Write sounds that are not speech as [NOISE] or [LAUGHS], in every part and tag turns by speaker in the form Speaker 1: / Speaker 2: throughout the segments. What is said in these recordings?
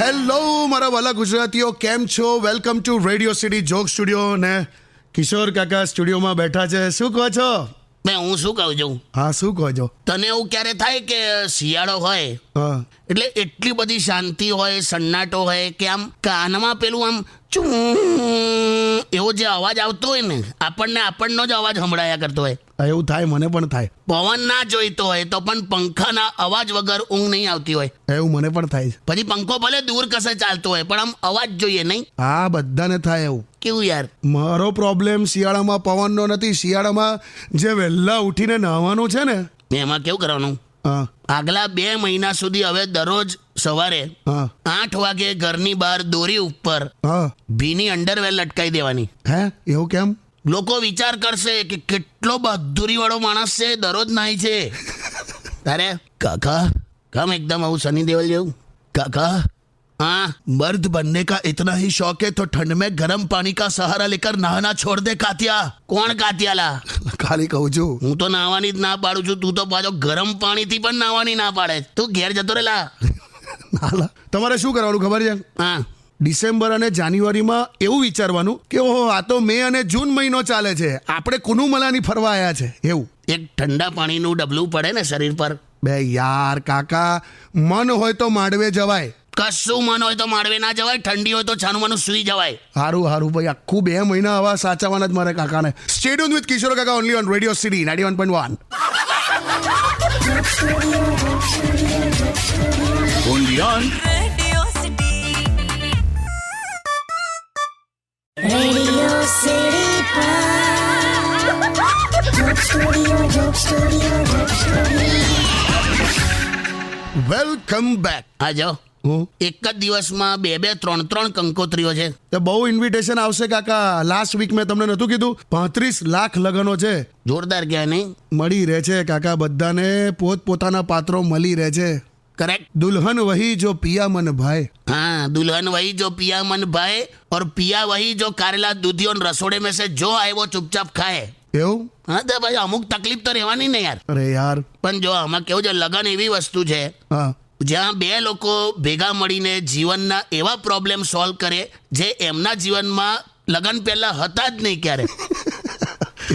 Speaker 1: Hello મારા વાલા ગુજરાતીઓ કેમ છો welcome to radio city joke studio ને કિશોર કાકા સ્ટુડિયોમાં બેઠા છે શું કહો છો
Speaker 2: બે હું શું કહું છું
Speaker 1: હા શું કહો છો
Speaker 2: તને એવું ક્યારે થાય કે શિયાળો હોય
Speaker 1: હા
Speaker 2: એટલે એટલી બધી શાંતિ હોય સન્નાટો હોય કે આમ કાનમાં પેલું આમ ચું એવો જે અવાજ આવતો હોય ને આપણને આપણનો જ અવાજ સંભળાયા કરતો હોય
Speaker 1: આ એવું થાય મને પણ થાય
Speaker 2: પવન ના જોઈતો હોય તો પણ પંખાના અવાજ વગર ઊંઘ નહીં આવતી હોય
Speaker 1: એવું મને પણ થાય છે
Speaker 2: પછી પંખો ભલે દૂર કસે ચાલતો હોય પણ આમ અવાજ જોઈએ નહીં
Speaker 1: આ બધાને થાય એવું
Speaker 2: કેવું યાર
Speaker 1: મારો પ્રોબ્લેમ શિયાળામાં પવનનો નથી શિયાળામાં જે વહેલા ઉઠીને નાહવાનું છે ને
Speaker 2: એમાં કેવું કરવાનું
Speaker 1: હા
Speaker 2: આગલા બે મહિના સુધી હવે દરરોજ સવારે
Speaker 1: હા
Speaker 2: આઠ વાગે ઘરની બહાર દોરી ઉપર
Speaker 1: હા
Speaker 2: ભીની અંડરવેર લટકાઈ દેવાની
Speaker 1: હે એવું કેમ
Speaker 2: લોકો વિચાર કરશે કે કેટલો બહાદુરી વાળો માણસ છે દરરોજ નાય છે તારે કાકા કમ એકદમ આવું સની દેવલ જેવું કાકા हाँ मर्द बनने का इतना ही शौक है तो ठंड में गर्म पानी का सहारा लेकर नहाना छोड़ दे कातिया कौन कातिया ला
Speaker 1: ખાલી કહું છું
Speaker 2: હું તો નાહવાની જ ના પાડું છું તું તો પાછો ગરમ પાણીથી પણ નાહવાની ના પાડે છે. તું ઘેર જતો રે લા
Speaker 1: હાલા. તમારે શું કરવાનું ખબર છે
Speaker 2: હા
Speaker 1: ડિસેમ્બર અને જાન્યુઆરીમાં એવું વિચારવાનું કે ઓહો આ તો મે અને જૂન મહિનો ચાલે છે આપણે કુનુમલાની ફરવા આવ્યા છે એવું
Speaker 2: એક ઠંડા પાણીનું ડબલું પડે ને શરીર પર
Speaker 1: બે યાર કાકા મન હોય તો માંડવે જવાય
Speaker 2: કશું મન હોય તો માળવે ના જવાય ઠંડી હોય તો છાનું માનું સૂઈ જવાય
Speaker 1: હારું હારું ભાઈ આખું બે મહિના આવા સાચવવાના જ મારે કાકાને સ્ટેડિયમ વિથ કિશોર કાકા only on radio city ninety one point one
Speaker 3: Radio City. Radio City
Speaker 1: welcome back
Speaker 2: હા જો
Speaker 1: હું
Speaker 2: એક જ દિવસમાં બે બે ત્રણ ત્રણ કંકોત્રીઓ છે
Speaker 1: તો બહુ ઇન્વિટેશન આવશે કાકા લાસ્ટ વીક મેં તમને નહોતું કીધું પાંત્રીસ લાખ લગ્નો છે
Speaker 2: જોરદાર કહેવાય નહીં
Speaker 1: મળી રહે છે કાકા બધાને પોત પોતાના પાત્રો મળી રહે છે
Speaker 2: કરેક્ટ
Speaker 1: દુલ્હન વહી જો પિયા મન ભાઈ
Speaker 2: हाँ दुल्हन वही जो पिया मन भाए और पिया वही जो कारेला दूधियो न रसोड़े में से जो आए वो चुपचाप खाए
Speaker 1: એવું
Speaker 2: હા તો ભાઈ અમુક તકલીફ તો રહેવાની ને યાર
Speaker 1: અરે યાર
Speaker 2: પણ જો આમાં કેવું છે લગન એવી વસ્તુ છે
Speaker 1: હા [LAUGHS]
Speaker 2: જ્યાં બે લોકો ભેગા મળીને જીવનના એવા પ્રોબ્લેમ સોલ્વ કરે જે એમના જીવનમાં લગ્ન પહેલા હતા જ નહીં ક્યારે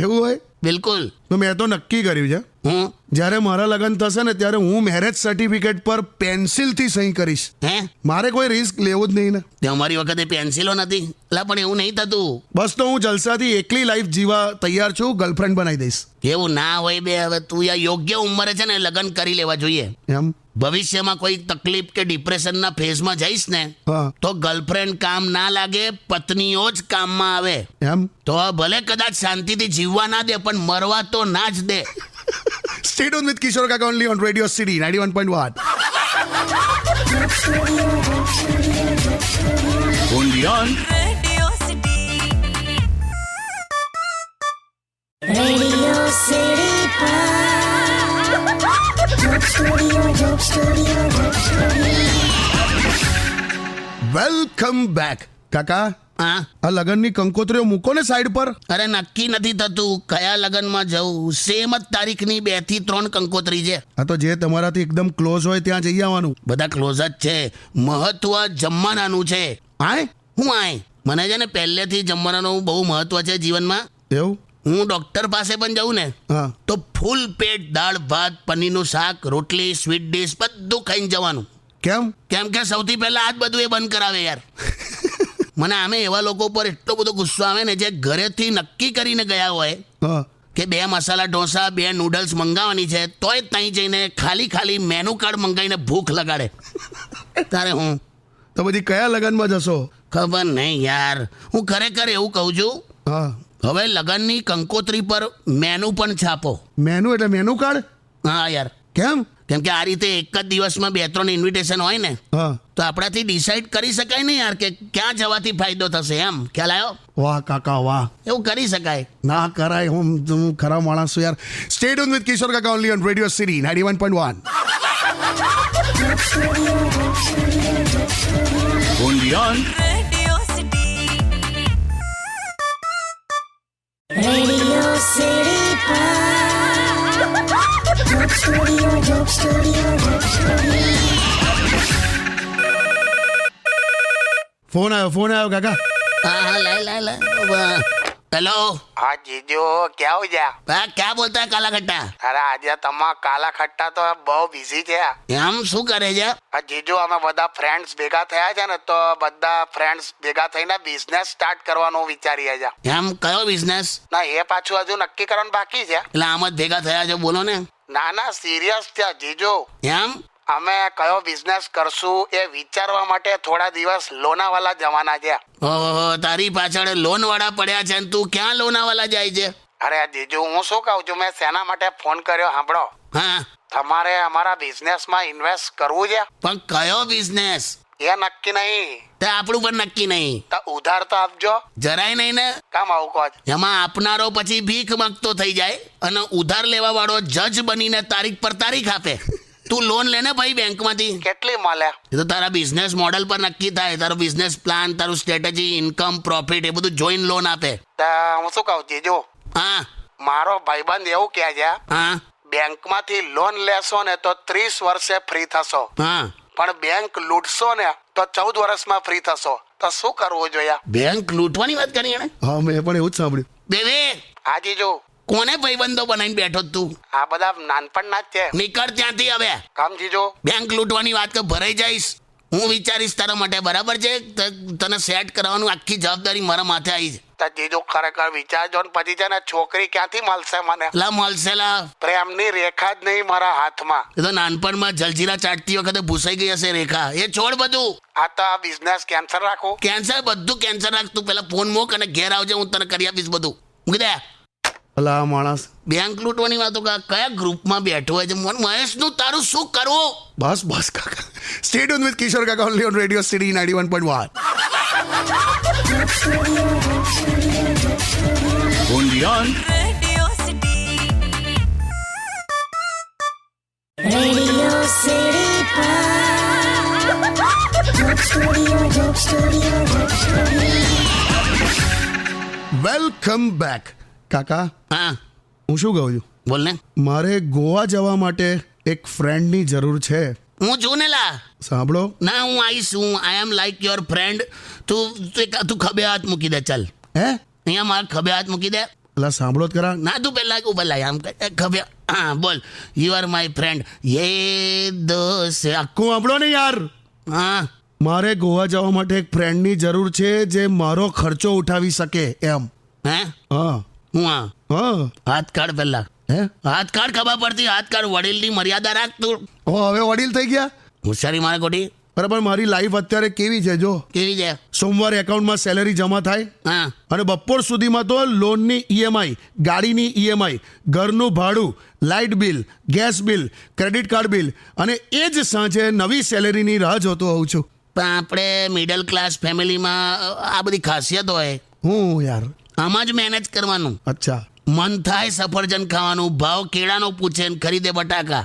Speaker 1: એવું હોય
Speaker 2: બિલકુલ
Speaker 1: તો મેં તો નક્કી કર્યું છે
Speaker 2: હું
Speaker 1: જ્યારે મારા લગ્ન થશે ને ત્યારે હું મેરેજ સર્ટિફિકેટ પર પેન્સિલથી સહી કરીશ
Speaker 2: હે
Speaker 1: મારે કોઈ રિસ્ક લેવું જ નહીં ને
Speaker 2: તે અમારી વખતે પેન્સિલો નથી એટલે પણ એવું નહીં થતું
Speaker 1: બસ તો હું જલસાથી એકલી લાઈફ જીવા તૈયાર છું ગર્લફ્રેન્ડ બનાવી દઈશ
Speaker 2: એવું ના હોય બે હવે તું યા યોગ્ય ઉંમરે છે ને લગ્ન કરી લેવા જોઈએ
Speaker 1: એમ
Speaker 2: ભવિષ્યમાં કોઈ તકલીફ કે ડિપ્રેશનના ફેઝમાં જઈશ ને
Speaker 1: હા
Speaker 2: તો ગર્લફ્રેન્ડ કામ ના લાગે પત્નીઓ જ કામમાં આવે
Speaker 1: એમ
Speaker 2: તો ભલે કદાચ શાંતિથી જીવવા ના દે પણ મરવા તો ના જ દે
Speaker 1: સ્ટેડ ઓન વિથ કિશોર કાકા only on radio city ninety one point one
Speaker 3: Radio City. Radio City
Speaker 1: welcome back કાકા
Speaker 2: હા
Speaker 1: આ લગ્નની કંકોત્રીઓ મૂકો ને સાઈડ પર
Speaker 2: અરે નક્કી નથી થતું કયા લગ્નમાં જવું સેમ જ તારીખની બે થી ત્રણ કંકોત્રી છે
Speaker 1: આ તો જે તમારાથી એકદમ ક્લોઝ હોય ત્યાં જઈ આવવાનું
Speaker 2: બધા ક્લોઝ જ છે મહત્વ જમવાનાનું છે
Speaker 1: આય
Speaker 2: હું આય મને છે ને પહેલેથી જમવાનાનું બહુ મહત્વ છે જીવનમાં
Speaker 1: એવું
Speaker 2: હું ડૉક્ટર પાસે પણ જાઉં ને
Speaker 1: હા
Speaker 2: તો ફૂલ પેટ દાળ ભાત પનીરનું શાક રોટલી સ્વીટ ડીશ બધું ખાઈને જવાનું
Speaker 1: કેમ
Speaker 2: કેમ કે સૌથી પહેલાં આ જ બધું એ બંધ કરાવે યાર મને આમે એવા લોકો પર એટલો બધો ગુસ્સો આવે ને જે ઘરેથી નક્કી કરીને ગયા હોય
Speaker 1: હા
Speaker 2: કે બે મસાલા ઢોસા બે નૂડલ્સ મંગાવવાની છે તોય ત્યાં જઈને ખાલી ખાલી મેનુ કાર્ડ મંગાવીને ભૂખ લગાડે તારે હું
Speaker 1: તો પછી કયા લગ્નમાં જશો
Speaker 2: ખબર નહીં યાર હું ખરેખર એવું કહું છું
Speaker 1: હા
Speaker 2: હવે લગ્નની કંકોત્રી પર મેનુ પણ છાપો
Speaker 1: મેનુ એટલે મેનુ કાર્ડ
Speaker 2: હા યાર
Speaker 1: કેમ
Speaker 2: કેમ કે આ રીતે એક જ દિવસમાં બે ત્રણ ઇન્વિટેશન હોય ને
Speaker 1: હા
Speaker 2: તો આપણાથી ડિસાઈડ કરી શકાય ને યાર કે ક્યાં જવાથી ફાયદો થશે એમ ખ્યાલ આવ્યો
Speaker 1: વાહ કાકા વાહ
Speaker 2: એવું કરી શકાય
Speaker 1: ના કરાય હું હું ખરા માણસ છું યાર સ્ટેડ ઓન વિથ કિશોર કાકા only on radio city ninety one point one
Speaker 3: Radio City. Radio City
Speaker 1: phone આવ્યો ફોન આવ્યો કાકા
Speaker 2: हाँ हाँ लाए लाए लाए वाह। हेलो
Speaker 4: हाँ जीजू क्या हो गया
Speaker 2: हाँ क्या बोलता है काला खट्टा
Speaker 4: અરે આજે તમા કાલા ખટ્ટા તો બહુ બિઝી છે આ
Speaker 2: हम શું કરે છે
Speaker 4: જીજુ અમે બધા ફ્રેન્ડ્સ ભેગા થયા છે ને તો બધા ફ્રેન્ડ્સ ભેગા થઈને બિઝનેસ સ્ટાર્ટ કરવાનું વિચારીએ છે
Speaker 2: એમ કયો બિઝનેસ
Speaker 4: ના એ પાછું હજુ નક્કી કરવાનું બાકી છે
Speaker 2: એટલે આમ જ ભેગા થયા છો બોલો ને
Speaker 4: ના ના સિરિયસ છે જીજુ
Speaker 2: એમ
Speaker 4: અમે કયો બિઝનેસ કરશું એ વિચારવા માટે થોડા દિવસ લોનાવાલા જવાના છે
Speaker 2: ઓહો તારી પાછળ લોન વાળા પડ્યા છે અને તું ક્યાં લોનાવાલા જાય છે
Speaker 4: અરે જીજુ હું શું કહું છું મેં શેના માટે ફોન કર્યો સાંભળો
Speaker 2: હા
Speaker 4: તમારે અમારા બિઝનેસમાં ઇન્વેસ્ટ કરવું છે
Speaker 2: પણ કયો બિઝનેસ
Speaker 4: એ નક્કી નહીં
Speaker 2: તે આપણું પણ નક્કી નહીં
Speaker 4: તો ઉધાર તો આપજો
Speaker 2: જરાય નહીં ને
Speaker 4: કામ આવું કહો છો?
Speaker 2: એમાં આપનારો પછી ભીખ માંગતો થઈ જાય અને ઉધાર લેવા વાળો જજ બનીને તારીખ પર તારીખ આપે તું લોન લે ને ભાઈ બેંકમાંથી
Speaker 4: કેટલી મળે
Speaker 2: એ તો તારા બિઝનેસ મોડલ પર નક્કી થાય તારો બિઝનેસ પ્લાન તારું સ્ટ્રેટેજી ઇન્કમ પ્રોફિટ એ બધું જોઈન લોન આપે
Speaker 4: તો હું શું કહું જીજુ
Speaker 2: હા
Speaker 4: મારો ભાઈબંધ એવું કહે છે
Speaker 2: હા
Speaker 4: બેંકમાંથી લોન લેશો ને તો ત્રીસ વર્ષે ફ્રી થશો
Speaker 2: હા
Speaker 4: પણ બેંક લૂંટશો ને તો ચૌદ વર્ષમાં ફ્રી થશો તો શું કરવું જોઈએ
Speaker 2: બેંક લૂંટવાની વાત કરી એણે
Speaker 1: હા મેં પણ એવું જ સાંભળ્યું
Speaker 2: બેવે
Speaker 4: હા જીજુ
Speaker 2: કોને ભાઈબંધો બનાવીને બેઠો જ તું
Speaker 4: આ બધા નાનપણના જ છે
Speaker 2: નીકળ ત્યાંથી હવે
Speaker 4: કામ જીજુ
Speaker 2: બેંક લૂંટવાની વાત તો ભરાઈ જઈશ હું વિચારીશ તારા માટે બરાબર છે ત- તને સેટ કરાવવાનું આખી જવાબદારી મારા માથે આવી છે
Speaker 4: તો જીજુ ખરેખર વિચારજો ને પછી છે ને છોકરી ક્યાંથી મળશે મને
Speaker 2: લા મોલસેલા
Speaker 4: પ્રેમની રેખા જ નહીં મારા હાથમાં
Speaker 2: એ તો નાનપણમાં જલજીરા ચાટતી વખતે ભૂસાઈ ગઈ હશે રેખા એ છોડ બધું
Speaker 4: આ તો આ બિઝનેસ કેન્સલ રાખું
Speaker 2: કેન્સર બધું કેન્સર રાખ તું પેલા ફોન મોક અને ઘેર આવજે હું તને કરી આપીશ બધું મૂકી દે
Speaker 1: અલા આ માણસ
Speaker 2: બેંક લૂંટવાની વાતો કા- કયા ગ્રુપમાં બેઠો હોય છે મને મહેશનું તારું શું કરવું
Speaker 1: બસ બસ કાકા સ્ટેટ ઓન વિથ કિશોર કાકા only on radio city ninety one point one
Speaker 3: Radio City. Radio City Park. Studio, Joke Studio, Joke Studio.
Speaker 1: Welcome back કાકા
Speaker 2: હા
Speaker 1: હું શું કહું છું
Speaker 2: બોલ ને
Speaker 1: મારે ગોવા જવા માટે એક ફ્રેન્ડની જરૂર છે
Speaker 2: હું છું ને લા
Speaker 1: સાંભળો
Speaker 2: ના હું આવીશ હું I am like your friend તું તું એક- તું ખભે હાથ મૂકી દે ચાલ
Speaker 1: હે
Speaker 2: અહીંયા મારા ખભે હાથ મૂકી દે
Speaker 1: અલા સાંભળો જ ખરા
Speaker 2: ના તું પહેલા ઉભા લાય આમ કર. ખભે હા બોલ યુ આર માય ફ્રેન્ડ યે દોસ્ત આખ-
Speaker 1: કો સાંભળો ને યાર
Speaker 2: હા
Speaker 1: મારે ગોવા જવા માટે એક ફ્રેન્ડની જરૂર છે જે મારો ખર્ચો ઉઠાવી શકે એમ
Speaker 2: હે
Speaker 1: હા
Speaker 2: હું હા
Speaker 1: હા
Speaker 2: હાથ કાઢ પહેલા
Speaker 1: હે
Speaker 2: હાથ કાઢ ખબર પડતી હાથ કાઢ વડીલની મર્યાદા રાખ તું
Speaker 1: ઓ હવે વડીલ થઈ ગયા
Speaker 2: હોશિયારી મારે ખોટી
Speaker 1: બરાબર મારી લાઈફ અત્યારે કેવી છે જો
Speaker 2: કેવી છે
Speaker 1: સોમવારે એકાઉન્ટમાં સેલેરી જમા થાય
Speaker 2: હા
Speaker 1: અને બપોર સુધીમાં તો લોનની ઈએમઆઈ ગાડીની ઈએમઆઈ ઘરનું ભાડું light bill gas bill credit card bill અને એ જ સાંજે નવી સેલેરીની રાહ જોતો હોઉં છું
Speaker 2: પણ આપણે મિડલ ક્લાસ ફેમિલીમાં આ બધી ખાસિયત હોય
Speaker 1: હું યાર
Speaker 2: આમાં જ મેનેજ કરવાનું
Speaker 1: અચ્છા
Speaker 2: મન થાય સફરજન ખાવાનું ભાવ કેળાનો પૂછે ને ખરીદે બટાકા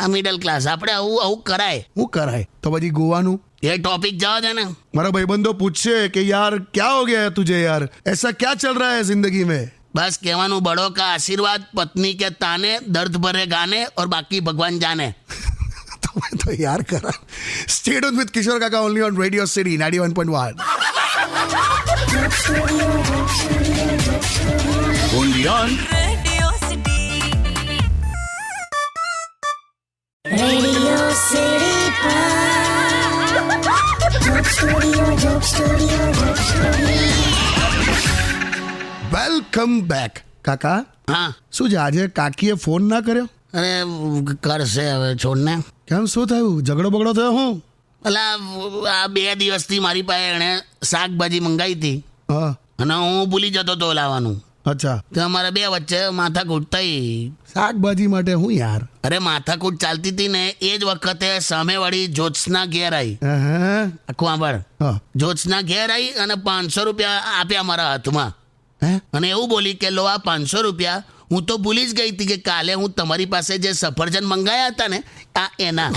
Speaker 2: આ મિડલ ક્લાસ આપણે આવું આવું કરાય
Speaker 1: હું કરાય તો પછી ગોવાનું
Speaker 2: એ ટોપિક જવા દે ને
Speaker 1: મારા ભાઈબંધો પૂછશે કે યાર ક્યાં હો ગયા હે તુજે યાર એસા ક્યાં ચલ રહા હે જિંદગી [LAUGHS] મેં
Speaker 2: બસ કહેવાનું બળો કા આશીર્વાદ પત્ની કે તાને દર્દ ભરે ગાને ઓર બાકી ભગવાન જાને
Speaker 1: તમે તો યાર કરા સ્ટેડ ઓન વિથ કિશોર કાકા only on radio city ninety one point one
Speaker 3: Radio City. Radio City Park. Joke Studio, Joke Studio, Joke Studio.
Speaker 1: Welcome back કાકા
Speaker 2: હા
Speaker 1: શું છે આજે કાકીએ ફોન ના કર્યો
Speaker 2: અરે કરશે હવે છોડને
Speaker 1: કેમ શું થયું ઝઘડો બગડો થયો હું
Speaker 2: અલા આ બે દિવસથી મારી પાસે એણે શાકભાજી મંગાવી હતી
Speaker 1: હા
Speaker 2: અને હું ભૂલી જતો હતો લાવવાનું
Speaker 1: અચ્છા
Speaker 2: તો અમારે બે વચ્ચે માથાકૂટ થઈ
Speaker 1: શાકભાજી માટે હું યાર
Speaker 2: અરે માથાકૂટ ચાલતી હતી ને એ જ વખતે સામેવાળી જ્યોત્સના ઘેર આવી
Speaker 1: અહં.
Speaker 2: આખું આંબળ
Speaker 1: હા
Speaker 2: જ્યોત્સના ઘેર આવી અને પાંચસો રૂપિયા આપ્યા મારા હાથમાં
Speaker 1: હે [LAUGHS]
Speaker 2: અને એવું બોલી કે લો આ પાંચસો રૂપિયા હું તો ભૂલી જ ગઈ હતી કે કાલે હું તમારી પાસે જે સફરજન મંગાયા હતા ને આ એના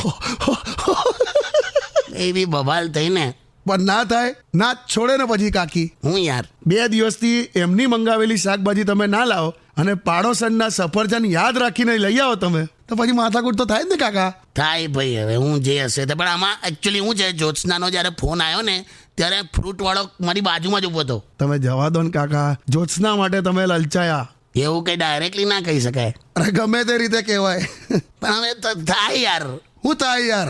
Speaker 2: એવી બબાલ થઈ ને
Speaker 1: પણ ના થાય ના જ છોડે ને પછી કાકી
Speaker 2: હું યાર
Speaker 1: બે દિવસથી એમની મંગાવેલી શાકભાજી તમે ના લાવો અને પાડોશનના સફરજન યાદ રાખીને લઈ આવો તમે તો તો પછી માથાકૂટ તો થાય જ ને કાકા
Speaker 2: થાય ભાઈ હવે હું જે હશે તે પણ આમાં એકચ્યુઅલી હું છે જ્યોત્સનાનો જ્યારે ફોન આવ્યો ને ત્યારે ફ્રૂટવાળો મારી બાજુમાં જ ઊભો હતો
Speaker 1: તમે જવા દો ને કાકા જ્યોત્સના માટે તમે લલચાયા
Speaker 2: એવું કંઈ ડાયરેક્ટલી ના કહી શકાય
Speaker 1: અરે ગમે તે રીતે કહેવાય
Speaker 2: પણ હવે તો થાય યાર
Speaker 1: હું થાય યાર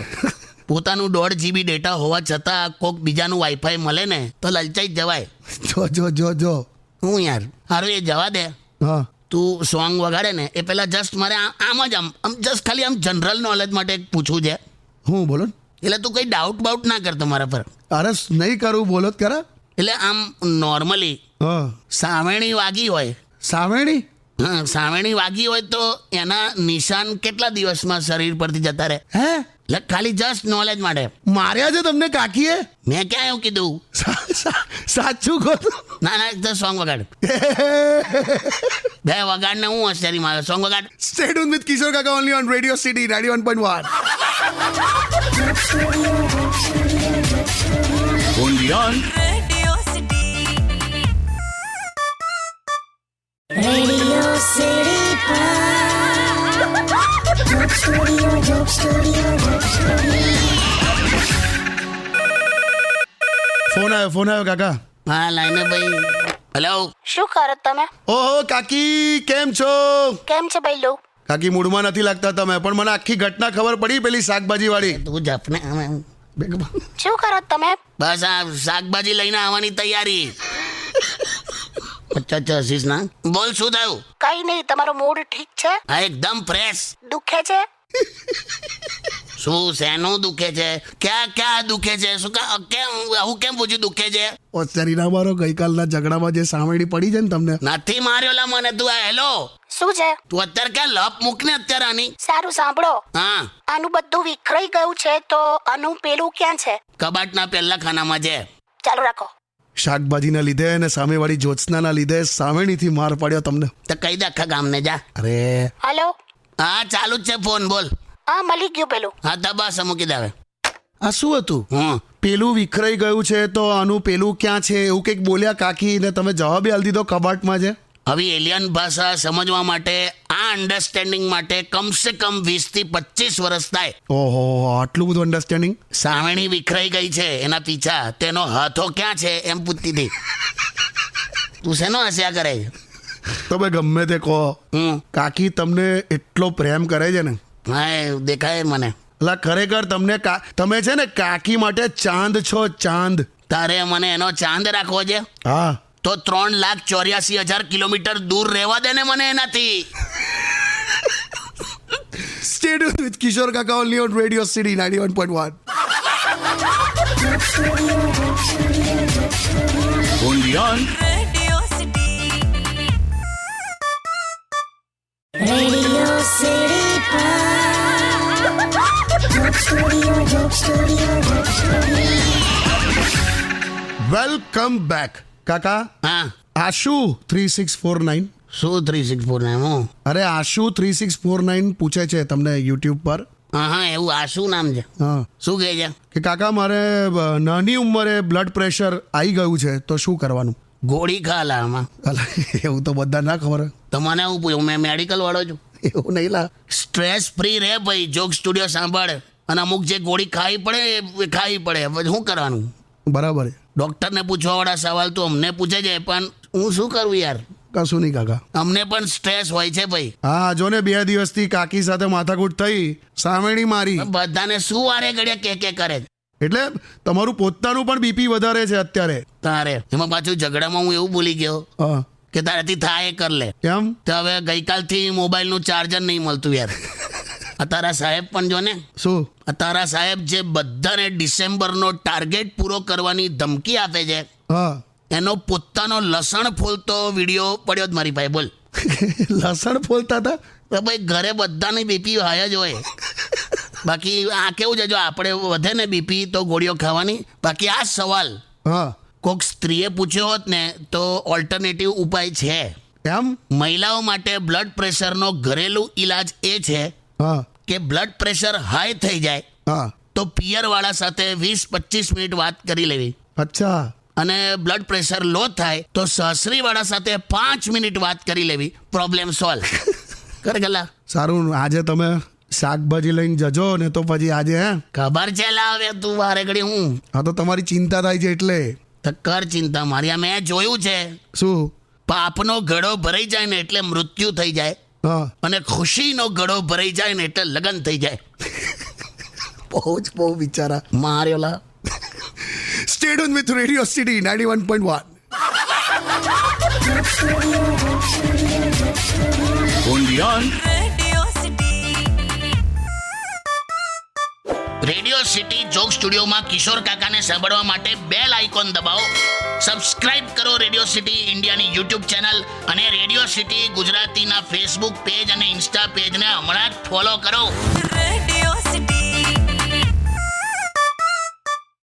Speaker 2: પોતાનું દોઢ જીબી ડેટા હોવા છતાં કોક બીજાનું વાઈફાઈ મળે ને તો લલચાઈ જ જવાય
Speaker 1: જો જો જો જો
Speaker 2: હું યાર હારું એ જવા દે
Speaker 1: હા
Speaker 2: તું સોંગ વગાડે ને એ પહેલાં જસ્ટ મારે આ- આમ જ આમ આમ જસ્ટ ખાલી આમ જનરલ નોલેજ માટે એક પૂછવું છે
Speaker 1: હું બોલો ને?
Speaker 2: એટલે તું કંઈ ડાઉટ બાઉટ ના કરતો મારા પર
Speaker 1: અરે નહીં કરું બોલો જ ખરા
Speaker 2: એટલે આમ નોર્મલી
Speaker 1: હા
Speaker 2: સામેણી વાગી હોય
Speaker 1: સામેણી
Speaker 2: હા, સામેણી વાગી હોય તો એના નિશાન કેટલા દિવસમાં શરીર પરથી જતા રહે
Speaker 1: હે
Speaker 2: એટલે ખાલી જસ્ટ નોલેજ માટે
Speaker 1: માર્યા છે તમને કાકીએ
Speaker 2: મેં ક્યાં એવું કીધું
Speaker 1: સા- સા- સાચું ખોટું
Speaker 2: ના ના એકદમ સોંગ વગાડ બે વગાડ ને હું હોશિયારી મારે સોંગ વગાડ
Speaker 1: સ્ટેડ ઓન વિથ કિશોર કાકા only on radio city radio one point one
Speaker 3: Radio City Pod. Joke Studio, Joke Studio, Joke Studio.
Speaker 1: Phone આવ્યો ફોન આવ્યો કાકા
Speaker 2: હા લાઈને ભાઈ હેલો
Speaker 5: શું કરો તમે
Speaker 1: ઓહો કાકી કેમ છો
Speaker 5: કેમ છે ભાઈ લો
Speaker 1: કાકી મૂડમાં નથી લાગતા તમે પણ મને આખી ઘટના ખબર પડી પેલી શાકભાજી વાળી
Speaker 2: તું જપને આમ.
Speaker 5: શું કરો તમે
Speaker 2: બસ આ શાકભાજી લઈને આવવાની તૈયારી અચ્છા અચ્છા આશીષ ના બોલ શું થયું
Speaker 5: કઈ નહીં તમારો મૂડ ઠીક છે
Speaker 2: આ એકદમ ફ્રેશ
Speaker 5: દુખે છે
Speaker 2: શું શેનું દુખે છે ક્યાં ક્યાં દુખે છે શું કા- કેમ હું કેમ પૂછ્યું દુખે છે
Speaker 1: ઓચરીના મારો ગઈકાલના ઝઘડામાં જે સામેડી પડી છે ને તમને
Speaker 2: નથી માર્યો લા મને તું આ હેલો
Speaker 5: શું છે
Speaker 2: તું અત્યારે ક્યાં લપ મૂક ને અત્યારે આની
Speaker 5: સારું સાંભળો
Speaker 2: હા
Speaker 5: આનું બધું વિખરાઈ ગયું છે તો આનું પેલું ક્યાં છે
Speaker 2: કબાટના પહેલા ખાનામાં છે
Speaker 5: ચાલુ રાખો
Speaker 1: શાકભાજીના લીધે અને સામેવાળી જ્યોત્સનાના લીધે સામેણીથી માર પાડ્યો તમને
Speaker 2: તો કહી દે આખા ગામને જા
Speaker 1: અરે
Speaker 5: હલો
Speaker 2: હા ચાલુ જ છે ફોન બોલ
Speaker 5: હા મળી ગયું પેલું
Speaker 2: હા તો બસ આ મૂકી દે હવે
Speaker 1: આ શું હતું
Speaker 2: હમ
Speaker 1: પેલું વિખરાઈ ગયું છે તો આનું પેલું ક્યાં છે એવું કંઈક બોલ્યા કાકી ને તમે જવાબ હાલ દીધો કબાટમાં છે
Speaker 2: હવે એલિયન ભાષા સમજવા માટે આ અન્ડરસ્ટેન્ડિંગ માટે કમસે કમ વીસ થી પચીસ વર્ષ થાય
Speaker 1: ઓહો આટલું બધું અન્ડરસ્ટેન્ડિંગ
Speaker 2: સાવણી વિખરાઈ ગઈ છે એના પીછા તેનો હાથો ક્યાં છે એમ પૂછતી હતી તું શેનો હસ્યા કરે છે?
Speaker 1: તમે ગમે તે કહો
Speaker 2: હમ
Speaker 1: કાકી તમને એટલો પ્રેમ કરે છે ને
Speaker 2: હા એ દેખાય મને
Speaker 1: એટલે ખરેખર તમને કા તમે છે ને કાકી માટે ચાંદ છો ચાંદ
Speaker 2: તારે મને એનો ચાંદ રાખવો છે
Speaker 1: હા
Speaker 2: તો ત્રણ લાખ ચોર્યાસી હજાર કિલોમીટર દૂર રહેવા દે ને મને એનાથી
Speaker 1: સ્ટેડ વિથ કિશોર કાકા only on radio city ninety one point one
Speaker 3: Radio City Pod. Joke Studio, Joke Studio, Joke Studio.
Speaker 1: Welcome back કાકા
Speaker 2: હા
Speaker 1: Ashu three six four nine
Speaker 2: શું થ્રી સિક્સ ફોર નામ હું
Speaker 1: અરે Ashu three six four nine પૂછે છે તમને યુટ્યુબ પર
Speaker 2: હા હા એવું આ શું નામ છે
Speaker 1: હા
Speaker 2: શું કહે છે
Speaker 1: કે કાકા મારે બ- નાની ઉંમરે બ્લડ પ્રેશર આવી ગયું છે તો શું કરવાનું
Speaker 2: ગોળી ખા લા આમાં
Speaker 1: અલા, [LAUGHS] એવું તો બધા ના ખબર હોય.
Speaker 2: તો મને એવું પૂછ્યું મેં મેડિકલ વાળો છું
Speaker 1: એવું નહીં લા
Speaker 2: સ્ટ્રેસ ફ્રી રહે ભાઈ જોક સ્ટુડિયો સાંભળ અને અમુક જે ગોળી ખાવી પડે એ ખાવી પડે હવે શું કરવાનું
Speaker 1: બરાબર છે.
Speaker 2: ડૉક્ટરને પૂછવાવાળા સવાલ તો અમને પૂછે છે પણ હું શું કરું યાર
Speaker 1: કશું નહીં કાકા
Speaker 2: અમને પણ સ્ટ્રેસ હોય છે ભાઈ
Speaker 1: હા જો ને બે દિવસથી કાકી સાથે માથાકૂટ થઈ સામેણી મારી
Speaker 2: બધાને શું વારે ઘડે કે કે કરે છે?
Speaker 1: એટલે તમારું પોતાનું પણ બીપી વધારે છે અત્યારે
Speaker 2: તારે એમાં પાછું ઝઘડામાં હું એવું બોલી ગયો
Speaker 1: હા
Speaker 2: કે તારાથી થાય એ કર લે
Speaker 1: કેમ
Speaker 2: તો હવે ગઈકાલથી મોબાઈલનું ચાર્જર નહીં મળતું યાર આ તારા સાહેબ પણ જો ને
Speaker 1: શું
Speaker 2: આ તારા સાહેબ જે બધાને ડિસેમ્બરનો ટાર્ગેટ પૂરો કરવાની ધમકી આપે છે
Speaker 1: હા [LAUGHS]
Speaker 2: એનો પોતાનો લસણ ફોલતો વિડીયો પડ્યો જ મારી પાસે બોલ
Speaker 1: લસણ ફોલતા હતા
Speaker 2: તો ભાઈ ઘરે બધાની બીપી હાય જ હોય બાકી આ કેવું છે જો આપણે વધે ને બીપી તો ગોળીઓ ખાવાની બાકી આ સવાલ
Speaker 1: હા
Speaker 2: કોઈક સ્ત્રીએ પૂછ્યો હોત ને તો ઓલ્ટરનેટિવ ઉપાય છે
Speaker 1: એમ
Speaker 2: મહિલાઓ માટે બ્લડ પ્રેશરનો ઘરેલું ઈલાજ એ છે
Speaker 1: હા
Speaker 2: કે બ્લડ પ્રેશર હાઈ થઈ જાય
Speaker 1: હા
Speaker 2: તો પિયરવાળા સાથે વીસ પચીસ મિનિટ વાત કરી લેવી
Speaker 1: અચ્છા
Speaker 2: અને બ્લડ પ્રેશર લો થાય તો સસરીવાળા સાથે પાંચ મિનિટ વાત કરી લેવી પ્રોબ્લેમ સોલ્વ કર ગલા
Speaker 1: સારું આજે તમે શાકભાજી લઈને જજો ને તો પછી આજે હે
Speaker 2: ખબર છે લાવે તું વારે ઘડી હું
Speaker 1: આ તો તમારી ચિંતા થાય છે એટલે
Speaker 2: તો કર ચિંતા મારી આ મેં જોયું છે
Speaker 1: શું
Speaker 2: પાપનો ઘડો ભરાઈ જાય ને એટલે મૃત્યુ થઈ જાય
Speaker 1: હા
Speaker 2: અને ખુશીનો ઘડો ભરાઈ જાય ને એટલે લગ્ન થઈ જાય
Speaker 1: બહુ જ બહુ બિચારા
Speaker 2: માર્યોલા
Speaker 1: stayed on with radio city ninety one point one
Speaker 6: Radio City.
Speaker 2: Radio city joke સ્ટુડિયોમાં કિશોર કાકાને સાંભળવા માટે બેલ આઇકોન દબાવો સબસ્ક્રાઇબ કરો રેડિયો સિટી ઇન્ડિયાની યુટ્યુબ ચેનલ અને રેડિયો સિટી ગુજરાતીના ફેસબુક પેજ અને ઇન્સ્ટા પેજને હમણાં જ ફોલો કરો
Speaker 6: Radio